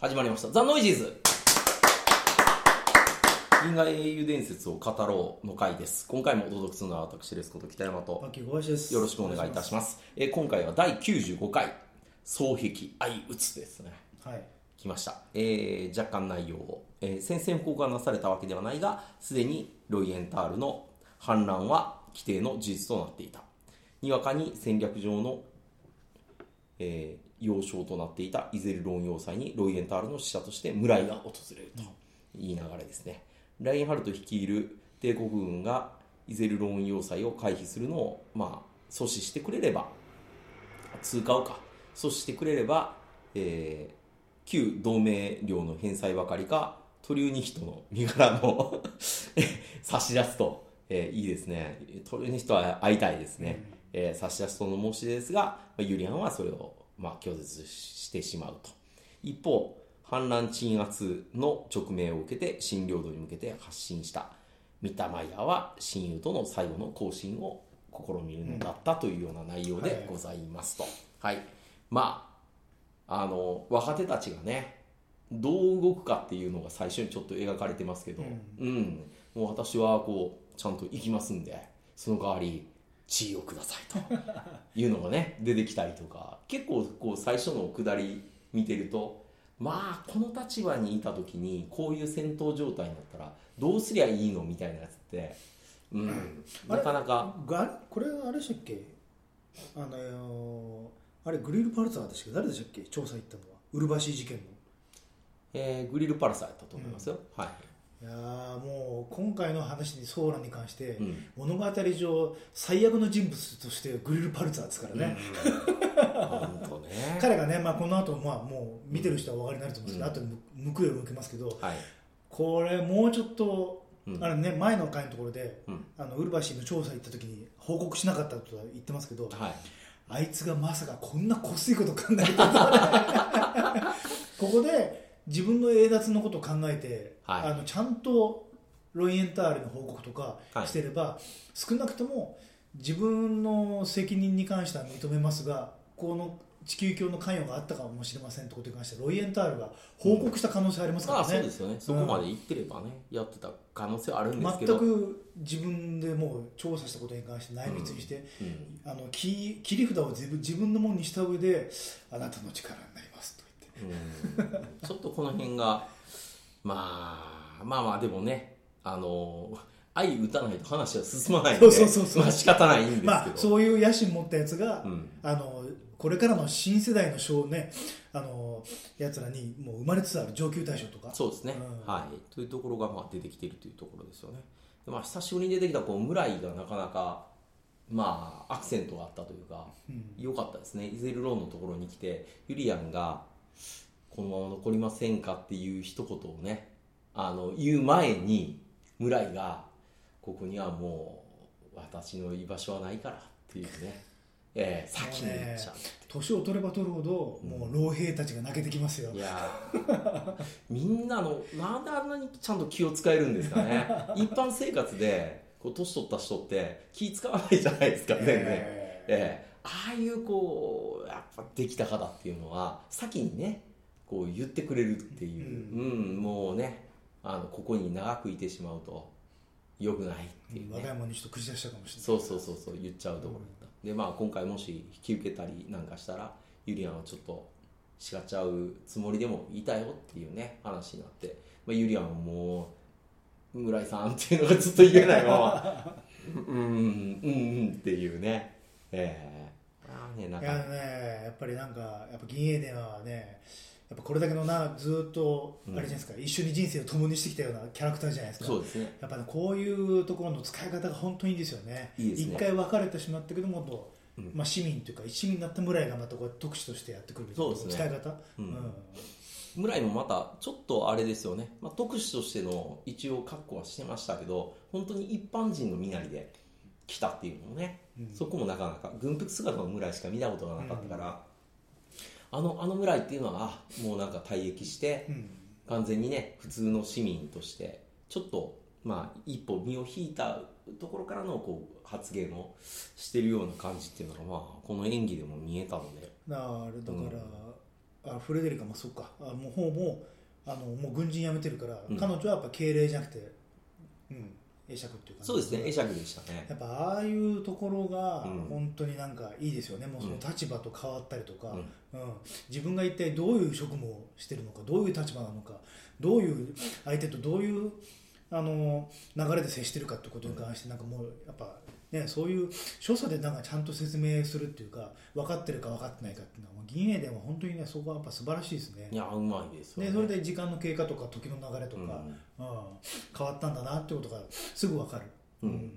始まりました。ザ・ノイジーズ銀河英雄伝説を語ろうの回です。今回もお届けするのは私ですこと北山と秋小林ですよろしくお願いいたします。えー今回は第95回、双璧相打つですね。はい来ました、えー若干内容を、えー宣戦布告がなされたわけではないがすでにロイエンタールの反乱は規定の事実となっていたにわかに戦略上の、えー要衝となっていたイゼルロン要塞にロイエンタールの使者として村井が訪れると、いい流れですねラインハルト率いる帝国軍がイゼルロン要塞を回避するのを、まあ、阻止してくれれば通過をか阻止してくれれば、えー旧同盟領の返済ばかりか、トリューニヒトの身柄も 差し出すと、えーいいですね。トリューニヒトは会いたいですね。えー差し出すとの申し出ですが、まあユリアンはそれを、まあ、拒絶してしまうと。一方、反乱鎮圧の勅命を受けて新領土に向けて発信したミッターマイヤーは親友との最後の交信を試みるのだったというような内容でございますと。はい。まあ、あの若手たちがねどう動くかっていうのが最初にちょっと描かれてますけど、うんもう私はこうちゃんと行きますんでその代わり地位をくださいというのが ね出てきたりとか結構こう最初の下り見てるとまあこの立場にいた時にこういう戦闘状態になったらどうすりゃいいのみたいなやつって、うん、あなれかなかがこれあれでしたっけあのーあれグリルパルツァーでしたっけ誰でしたっけ調査行ったのはうるばしい事件のえーグリルパルサーやったと思いますよ、はいやーもう今回の話にソーランに関して、うん物語上最悪の人物としてグリルパルツァーですからね、 本当ね彼がね、まあ、この後、まあもう見てる人はお分かりになると思うんですけど、後に報いを受けますけどはいこれもうちょっと、うんあれね前の回のところで、うんあのウルバシーの調査行った時に報告しなかったとは言ってますけど、はいあいつがまさかこんなこすいこと考えてたとはねここで自分の栄奪のことを考えて、はいあのちゃんとロイエンタールの報告とかはいしてれば、少なくとも自分の責任に関しては認めますがこの地球教の関与があったかもしれませんってことに関してロイエンタールが報告した可能性ありますかまあらそうねで、すよね、そこまで行ってればね、やってた可能性はあるんですけど、全く自分でもう調査したことに関して内密にして、うんあのき切り札を自分自分のものにした上であなたの力になりますと言ってうんちょっとこの辺が、まあ、まあまあ、でもね、あの相打たないと話は進まないんで、そうそうそうそうまあ仕方ないんですけど、まあそういう野心持ったやつが、うんあのこれからの新世代の少年あのやつらにもう生まれつつある上級大将とかそうですね、うんはい。というところがまあ出てきているというところですよね。でまあ、久しぶりに出てきたこう村井がなかなか、まあ、アクセントがあったというか、うん良かったですねイゼルローンのところに来てユリアンが「このまま残りませんか?」っていう一言をねあの言う前に村井が「ここにはもう私の居場所はないから」っていうね、ええ先に言っちゃう。年を取れば取るほど、もう老兵たちが泣けてきますよいやーみんなのなんであんなにちゃんと気を使えるんですかね一般生活でこう年取った人って気使わないじゃないですか全然、えええああいうこうやっぱできた方っていうのは先にねこう言ってくれるっていう、ううんもうねあのここに長くいてしまうと良くないっていうね、若い者にちょっと口出したかもしれないそうそうそうそう言っちゃうところだった、でまあ今回もし引き受けたりなんかしたらゆりやんはちょっとしがちゃうつもりでもいたよっていうね話になって、まあ、ゆりやんはもう村井さんっていうのがずっと言えないま まうんうんうんっていうねええああねなんいかやね、やっぱりなんか、やっぱ銀英伝はね、やっぱこれだけのな、ずっと、あれじゃないですか、一緒に人生を共にしてきたようなキャラクターじゃないですか。そうですねやっぱね、こういうところの使い方が本当にいいですよね。いいですね一回別れてしまったけども、今度うんまあ、市民というか、市民になった村井がまたこう特使としてやってくるみたいなそうです使ねい方。うん村井もまたちょっとあれですよね、まあ、特使としての一応確保はしてましたけど本当に一般人の身なりで来たっていうのもね、うんそこもなかなか軍服姿の村井しか見たことがなかったから、あのあの村井っていうのはあもうなんか退役して、うん完全にね普通の市民としてちょっとまあ一歩身を引いたところからのこう発言をしてるような感じっていうのがまあこの演技でも見えたのでだから、だから、あからフレデリカもそっかあもう方もあのもう軍人辞めてるから、うん彼女はやっぱ敬礼じゃなくて、うん、会釈っていう感じそうですね、会釈でしたねや。っぱああいうところがうん本当になんかいいですよね、もうその立場と変わったりとか、うんうん自分が一体どういう職務をしてるのかどういう立場なのかどういう相手とどういうあの流れで接してるかってことに関してなんかもうやっぱ、ね、そういう所作でなんかちゃんと説明するっていうか分かってるか分かってないかっていうのはもう銀英伝は本当にねそこはやっぱ素晴らしいですねい。や、うまいですよね。でそれで時間の経過とか時の流れとか、ううんん変わったんだなってことがすぐ分かる。うん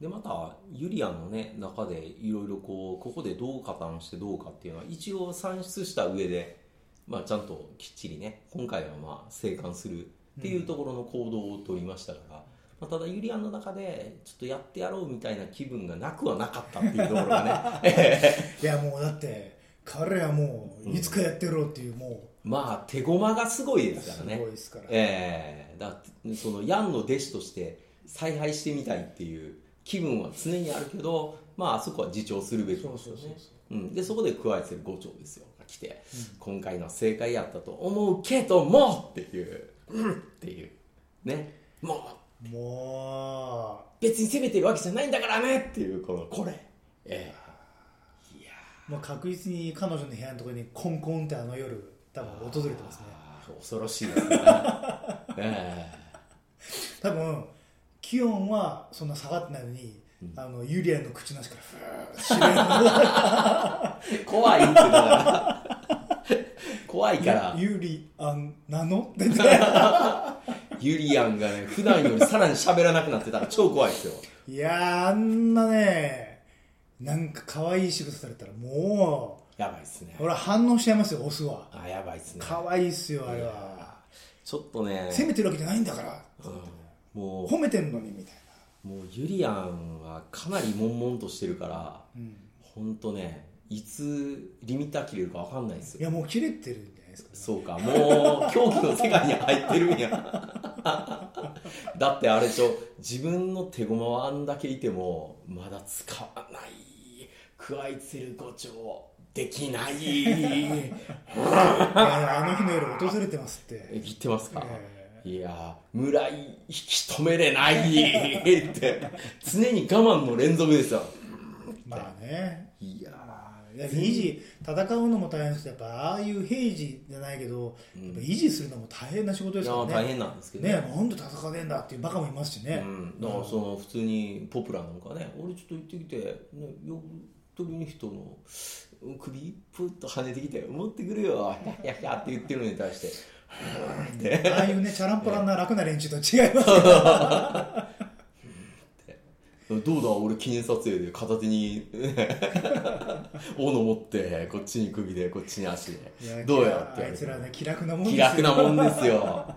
でまたユリアのね中でいろいろこうここでどう加担してどうかっていうのは一応算出した上で、まあ、ちゃんときっちりね今回はまあ生還するっていうところの行動を取りましたから、まあ、ただユリアの中でちょっとやってやろうみたいな気分がなくはなかったっていうところがね いやもうだって彼はもういつかやってやろうっていうもまあ手駒がすごいでうすすからごねいですから、ええだってそのヤンの弟子として采配してみたいっていう気分は常にあるけどまああそこは自重するべきですよそうそうねそううんでそこで加えてる五丁ですよが来て、今回の正解やったと思うけどもっていううんっていうねもうも別に責めてるわけじゃないんだからねっていうこのこれええいやうもう確実に彼女の部屋のところにコンコンってあの夜多分訪れてますねー恐ろしい ですねえ多分気温はそんな下がってないのに、あのユリアの口の中から ふーっえ怖いってだから怖いからとユリアンなのって ねユリアンがね、普段よりさらに喋らなくなってたら超怖いですよ。いやーあんなねなんか可愛い仕草されたらもやばいっすねう。俺は反応しちゃいますよオスはあ、やばいっすね。可愛いっすよあれはちょっとね、責めてるわけじゃないんだからうんも褒めてんのにみたいな、う、もうユリアンはかなり悶々としてるから、ほんとね、いつリミッター切れるかわかんないですいよ。やもう切れてるんじゃない ですか、そうか、もう狂気の世界に入ってるんや。 だってあれと自分の手駒はあんだけいてもまだ使わない加えてるご長できないいやあの日の夜訪れてますってえ言ってますか、えいやー村井引き止めれないって常に我慢の連続ですよまあねいやいや維持戦うのも大変ですけどやっぱああいう平時じゃないけど、やっぱ維持するのも大変な仕事ーでいすやからーね大変なんですけどねなんで戦わねえんだっていうバカもいますしね、うん、だからその普通にポプラなんかね俺ちょっと行ってきて、ね、よ鳥の人の首プッと跳ねてきて「持ってくるよいやいやいや」って言ってるのに対して「ってああいうねチャランポランな楽な連中とは違いますどうだ俺記念撮影で片手に斧持ってこっちに首でこっちに足いやで どうやってあいつらね気楽なもん気楽なもんでですよ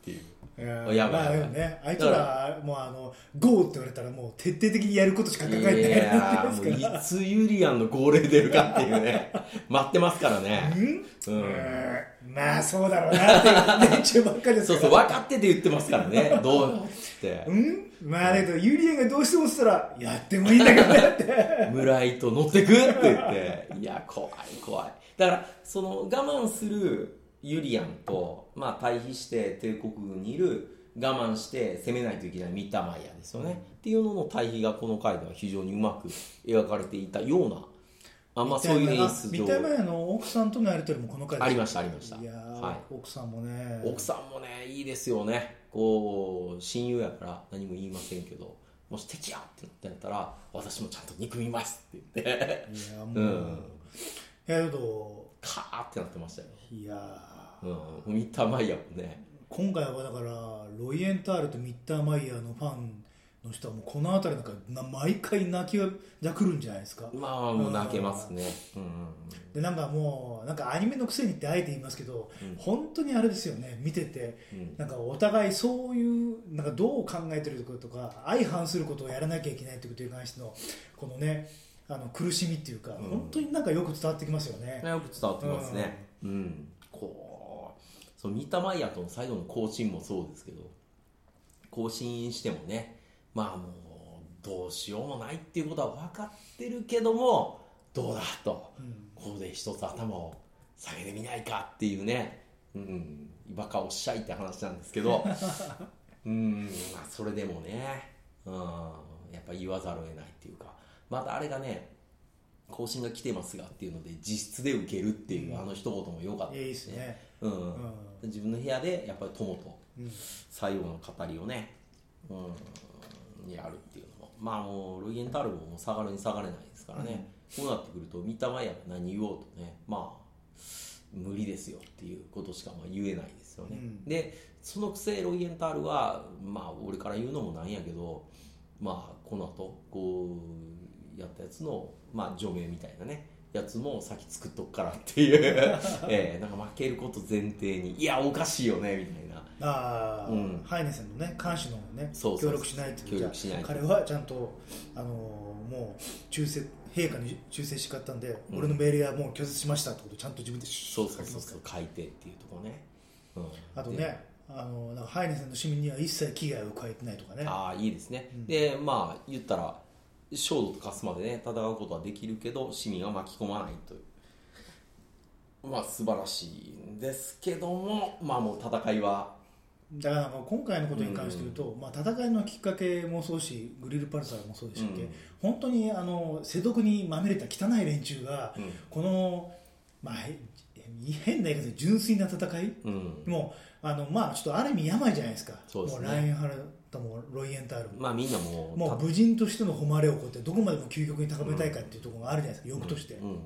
っていうすよばいいやまあでもねあいつらもうあのゴーって言われたらもう徹底的にやることしか考えてないいやですからーもういつユリアンの号令出るかっていうね待ってますからねううんんまあそうだろうなって連中ばっかりですそうかそうら分かってて言ってますからねどうよっつってうんまあだけどユリアンがどうしてもしたらやってもいいんだけどねって村井と乗ってくって言っていや怖い怖いだからその我慢するユリアンと、まあ、対比して帝国軍にいる我慢して攻めないといけないミッタマイヤーですよね、っていうのの対比がこの回では非常にうまく描かれていたようなあ まあそういう演出見上た目の奥さんとのやり取りもこの回でありましたありましたいやーはい奥さんもね奥さんもねいいですよねこう親友やから何も言いませんけどもし敵やってなってんやったら私もちゃんと憎みますって言っていやもううんいやけどカーってなってましたよいやうんミッターマイヤーもねー今回はだからロイエンタールとミッターマイヤーのファンの人はもうこの辺りなんかな毎回泣きがくるんじゃないですかまあもう泣けますねうんでなんかもうなんかアニメのくせにってあえて言いますけど、本当にあれですよね見てて、なんかお互いそういうなんかどう考えてることとか相反することをやらなきゃいけないってことに関してのこのねあの苦しみっていうか、本当になんかよく伝わってきますよねうん、よく伝わってきますねうん、こうそのミッターマイヤーとの最後の更新もそうですけど更新してもねまあもうどうしようもないっていうことは分かってるけどもどうだと、ここで一つ頭を下げてみないかっていうね、うん、バカおっしゃいって話なんですけ ど、うん、まあ、それでもね、うん、やっぱ言わざるを得ないっていうか、またあれがね、更新が来てますがっていうので、実質で受けるっていうあの一言も良かったいやいいですね、ううんん自分の部屋でやっぱり友とうん最後の語りをね、うん、やるっていうのもまあもうルイエンタールももう下がるに下がれないですからね、こうなってくると三玉や何言おうとねまあ無理ですよっていうことしかまあ言えないですよね、うんでそのくせロイエンタールはまあ俺から言うのもなんやけどまあこの後こうやったやつのまあ除名みたいなねやつも先作っとくからっていう、 ええなんか負けること前提にいやおかしいよねみたいなああ、うんハイネさんのね監視のねそうそう協力しないと協力しないとじゃあ彼はちゃんとあのーもう忠誠陛下に忠誠しかったんで、うん俺の命令はもう拒絶しましたってことをちゃんと自分でそ書うきそうまそすかうらそう書いてっていうところね、うん、あとでねあのなんかハイネさんの市民には一切危害を加えてないとかねああいいですね、うんでまあ言ったら焦土と化すまでね戦うことはできるけど市民は巻き込まないというまあ素晴らしいんですけどもまあもう戦いはだからなんか今回のことに関して言うと、まあ、戦いのきっかけもそうしグリルパルサーもそうでしたっけ、うん本当にあの世俗にまみれた汚い連中が、うんこの、まあ、へ変な言い方で純粋な戦い、うんもうあのまあちょっとある意味病じゃないですかそうですねもうラインハルトもロイエンタールも、まあみんなもうもう武人としての誉れをこうやってどこまでも究極に高めたいかっていうところがあるじゃないですか、欲として、うんうん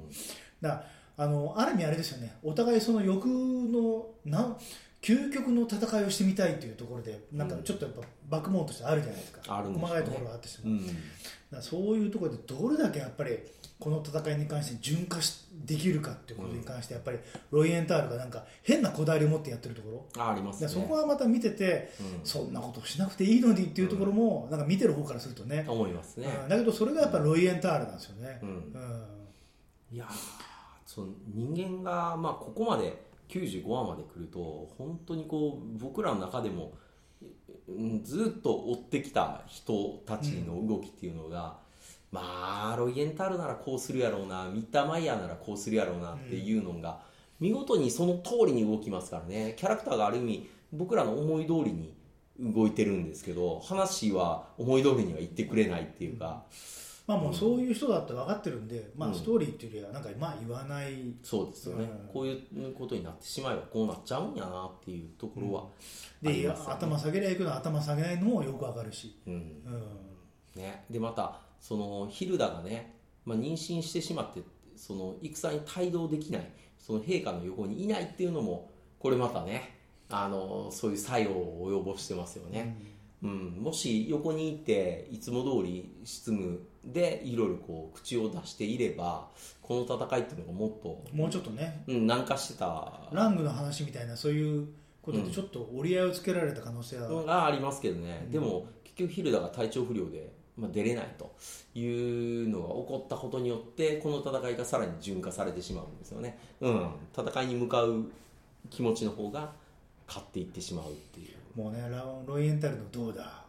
だからあのある意味あれですよねお互いその欲のなん究極の戦いをしてみたいっていうところでなんかちょっとやっぱバックモーンとしてあるじゃないですか、あるんでしょうね細かいところがあってしうんだからそういうところでどれだけやっぱりこの戦いに関して純化しできるかっていうことに関してやっぱりロイエンタールがなんか変なこだわりを持ってやってるところあありまだすかねらそこはまた見てて、うんそんなことしなくていいのにっていうところもなんか見てる方からするとね、思いますね、うんだけどそれがやっぱロイエンタールなんですよね。うんうんいやーその人間が、まあ、ここまで95話まで来ると本当にこう僕らの中でもうんずっと追ってきた人たちの動きっていうのが、まあロイエンタールならこうするやろうなミッターマイヤーならこうするやろうなっていうのが、見事にその通りに動きますからねキャラクターがある意味僕らの思い通りに動いてるんですけど話は思い通りには言ってくれないっていうか、まあもうそういう人だって分かってるんで、まうあんストーリーっていうよりはなんかまあ言わないそうですよね、うんこういうことになってしまえばこうなっちゃうんやなっていうところはありでますよね頭下げりゃいくの頭下げないのもよく分かるし、うんうんね、でまたそのヒルダがね、まあ、妊娠してしまってその戦に帯同できないその陛下の横にいないっていうのもこれまたねあのそういう作用を及ぼしてますよね、うん、もし横にいていつも通り執務でいろいろこう口を出していればこの戦いっていうのがもっと、もうちょっとねうん、難化してたラングの話みたいなそういうことうでんちょっと折り合いをつけられた可能性は、のがありますけどね、うんでも結局ヒルダが体調不良で、まあ、出れないというのが起こったことによってこの戦いがさらに純化されてしまうんですよね、うん、戦いに向かう気持ちの方が勝っていってしまうっていうもうねラロイエンタルのどうだ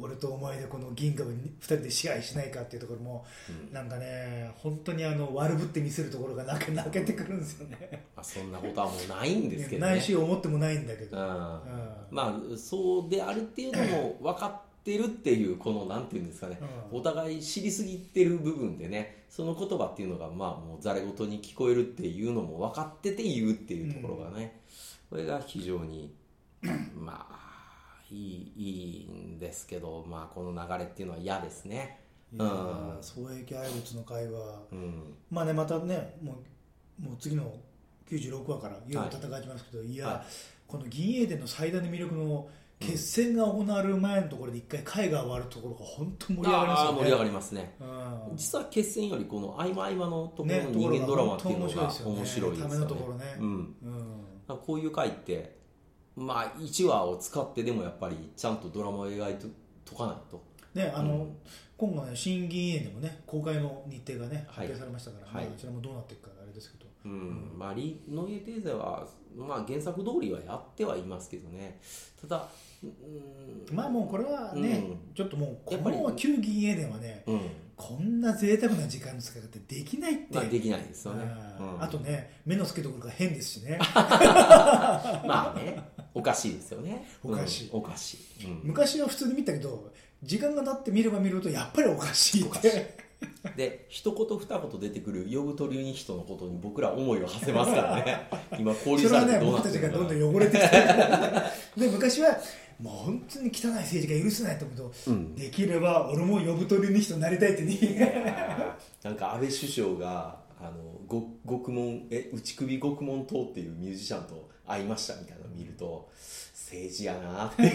俺とお前でこの銀河を2人で支配しないかっていうところも、なんかね本当にあの悪ぶって見せるところが泣け泣けてくるんですよねまあ、そんなことはもうないんですけどねないし思ってもないんだけうど、んうまあそうであるっていうのも分かってるっていうこのなんていうんですかね、うんお互い知りすぎてる部分でねその言葉っていうのがまあもうざれ言に聞こえるっていうのも分かってて言うっていうところがね、これが非常 にまあいいいいんですけどまあこの流れっていうのは嫌ですね。いやうんー双璧愛物の会話うんまあねまたねもうもう次の96話からいよいよ戦いますけど、い、や、はこの銀英伝の最大の魅力の決戦が行われる前のところで一回会が終わるところが本当盛り上がりますあよーね盛り上がりますね。うん実は決戦よりこの合間合間のところねの人間ドラマっていうのところがが本当面面白白いいでですすよね。よねためのところねうんうんまあこういう回って、まあ、1話を使ってでもやっぱりちゃんとドラマを描いと解かないと、ねあの、う今後ね新銀英伝もね公開の日程がねはい発表されましたから、はいまあ、こちらもどうなっていくかあれですけどうんまあ、リノイエテーゼは、まあ、原作通りはやってはいますけどねただ、うんまあもうこれはね、うちょっともうやっぱこりの旧銀英伝はねうんこんな贅沢な時間の使い方できないって、まあ、できないですよね、あうんーあとね目の付けどころが変ですしねまあねおかしいですよね おかしいうんおかしい、うん昔は普通に見たけど時間が経って見れば見るほどやっぱりおかしいおっかしいてで一言二言出てくる呼ぶ鳥に人のことに僕ら思いを馳せますからね 今交流それされはねてどうなっ僕てたちるがのかどんなどん汚れてきてるで昔はもう本当に汚い政治が許せないと思うと、うんできれば俺も呼ぶ鳥に人になりたいってねなんか安倍首相があのご獄門え打ち首獄門党っていうミュージシャンと会いましたみたいなの見ると政治やなっていう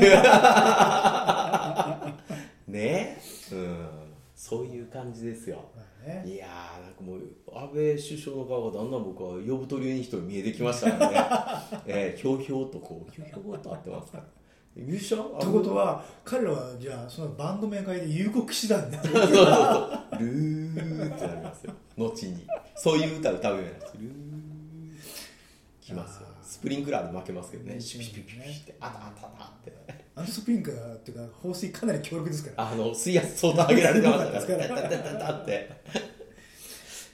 ねうんそういう感じですよ まあねいやーなんかもう安倍首相の顔がだんだん僕は呼ぶ鳥に人に見えてきましたからね、 えー、ひょうひょうとこうひょうひょうと合ってますからミュージシャンということは彼らはじゃあそのバンド名会で有国士団で そうそうそう。ルーってなりますよ。後に。そういう歌歌うようになります。ルー。きますよ。スプリンクラーで負けますけどね。シュピシュピシュピシュって、あたあたあたって。あのスプリンクラーっていうか放水かなり強力ですからあの、水圧相当上げられてました から。タタタタタって。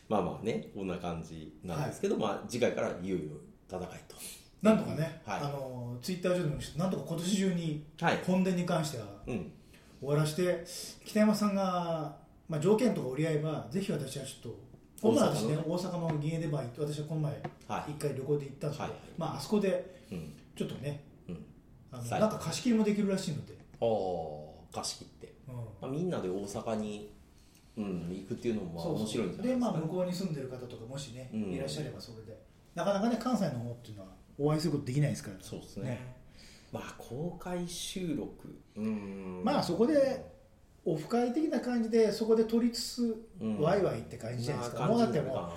まあまあね、こんな感じなんですけど、まあ次回からいよいよ戦いと。なんとかね、はいあのツイッター上でもなんとか今年中にはい本殿に関してはうん。終わらして、北山さんが、まあ、条件とか折り合えばぜひ私はちょっと大阪の僕は私ね大阪の銀栄でバイト私はこの前はい一回旅行で行ったんではすけど、いはいまあ、あそこでうん。ちょっとねうん。あの最後なんか貸し切りもできるらしいので、おー、貸し切って。うんまあ、みんなで大阪に、うん、行くっていうのもまあ面白いんじゃないでですまか、あね向。こうに住んでる方とかもしね、うんいらっしゃればそれでなかなかね関西の方っていうのはお会いすることできないですからそうですねまあ公開収録うんまあそこでオフ会的な感じでそこで取りつつ、うんワイワイって感じじゃないですか、もうだっても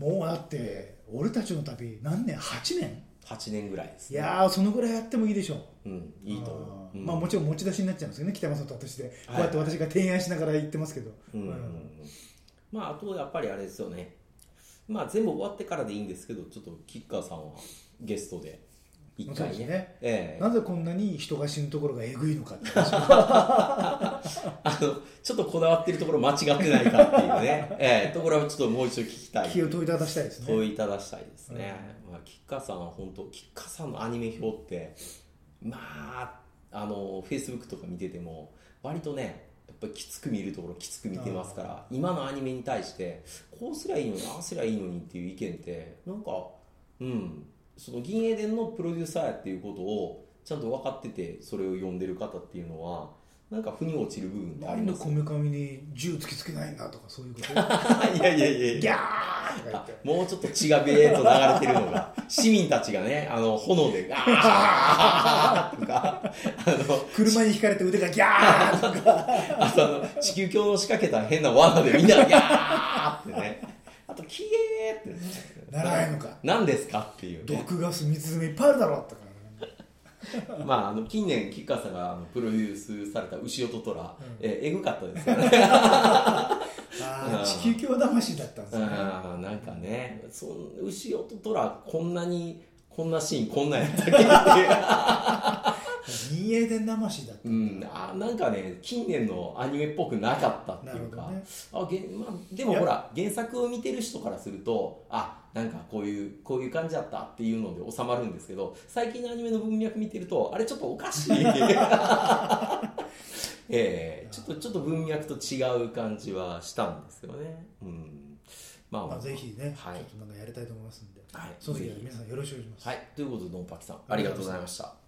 うもうだって俺たちの旅何年8年8年ぐらいですいねやーそのぐらいやってもいいでしょううんいいと思あう、ーうんまあもちろん持ち出しになっちゃうんですよね北山さんと私で、はいこうやって私が提案しながら言ってますけど、うんうんううんんまああとやっぱりあれですよねまあ全部終わってからでいいんですけどちょっと吉川さんはゲストで一そう回ですねねええなぜこんなに人が死ぬところがえぐいのかって話あのちょっとこだわってるところ間違ってないかっていうね、 ええところはちょっともう一度聞きたい気を問いただしたいですね問いただしたいですね、まあ、吉川さんは本当吉川さんのアニメ表ってまああのフェイスブックとか見てても割とねやっぱりきつく見るところきつく見てますから今のアニメに対してこうすりゃいいのにああすりゃいいのにっていう意見ってなんかうんその銀英伝のプロデューサーやっていうことをちゃんと分かっててそれを読んでる方っていうのはなんか腑に落ちる部分ってあり何でますこめかみに銃突きつけないんだとかそういうことギ いやいやいやいやャーとか言ってもうちょっと血がベーっと流れてるのが、市民たちがね、あの、炎で、あーとか、あの、車にひかれて腕がギャー とかあとあの、地球鏡の仕掛けた変な罠でみんながギャーってね、あと、キエーってね、ならないのか何ですかっていう、ね。毒ガス水詰めいっぱいあるだろうとか、ね、まあ、あの、近年、吉川さんがあのプロデュースされた牛音虎、んえー、えぐかったですよ ね。あうんあ地球教魂だったんですねあーなんかね、そん牛音虎、こんなに、こんなシーン、こんなんやったっけっていう。陰影伝魂だったうん、あなんかね近年のアニメっぽくなかったっていうか、なるあげまあ、でもいやほら原作を見てる人からするとあなんかこういうこういう感じだったっていうので収まるんですけど最近のアニメの文脈見てるとあれちょっとおかしい ええちょっとちょっと文脈と違う感じはしたんですよね、うん、まあ、まあ、ぜひね、はいちょっとなんかやりたいと思いますんで、はいその時はぜひ皆さんよろしくお願いします。はい、ということで、のんぱきさん、ありがとうございました。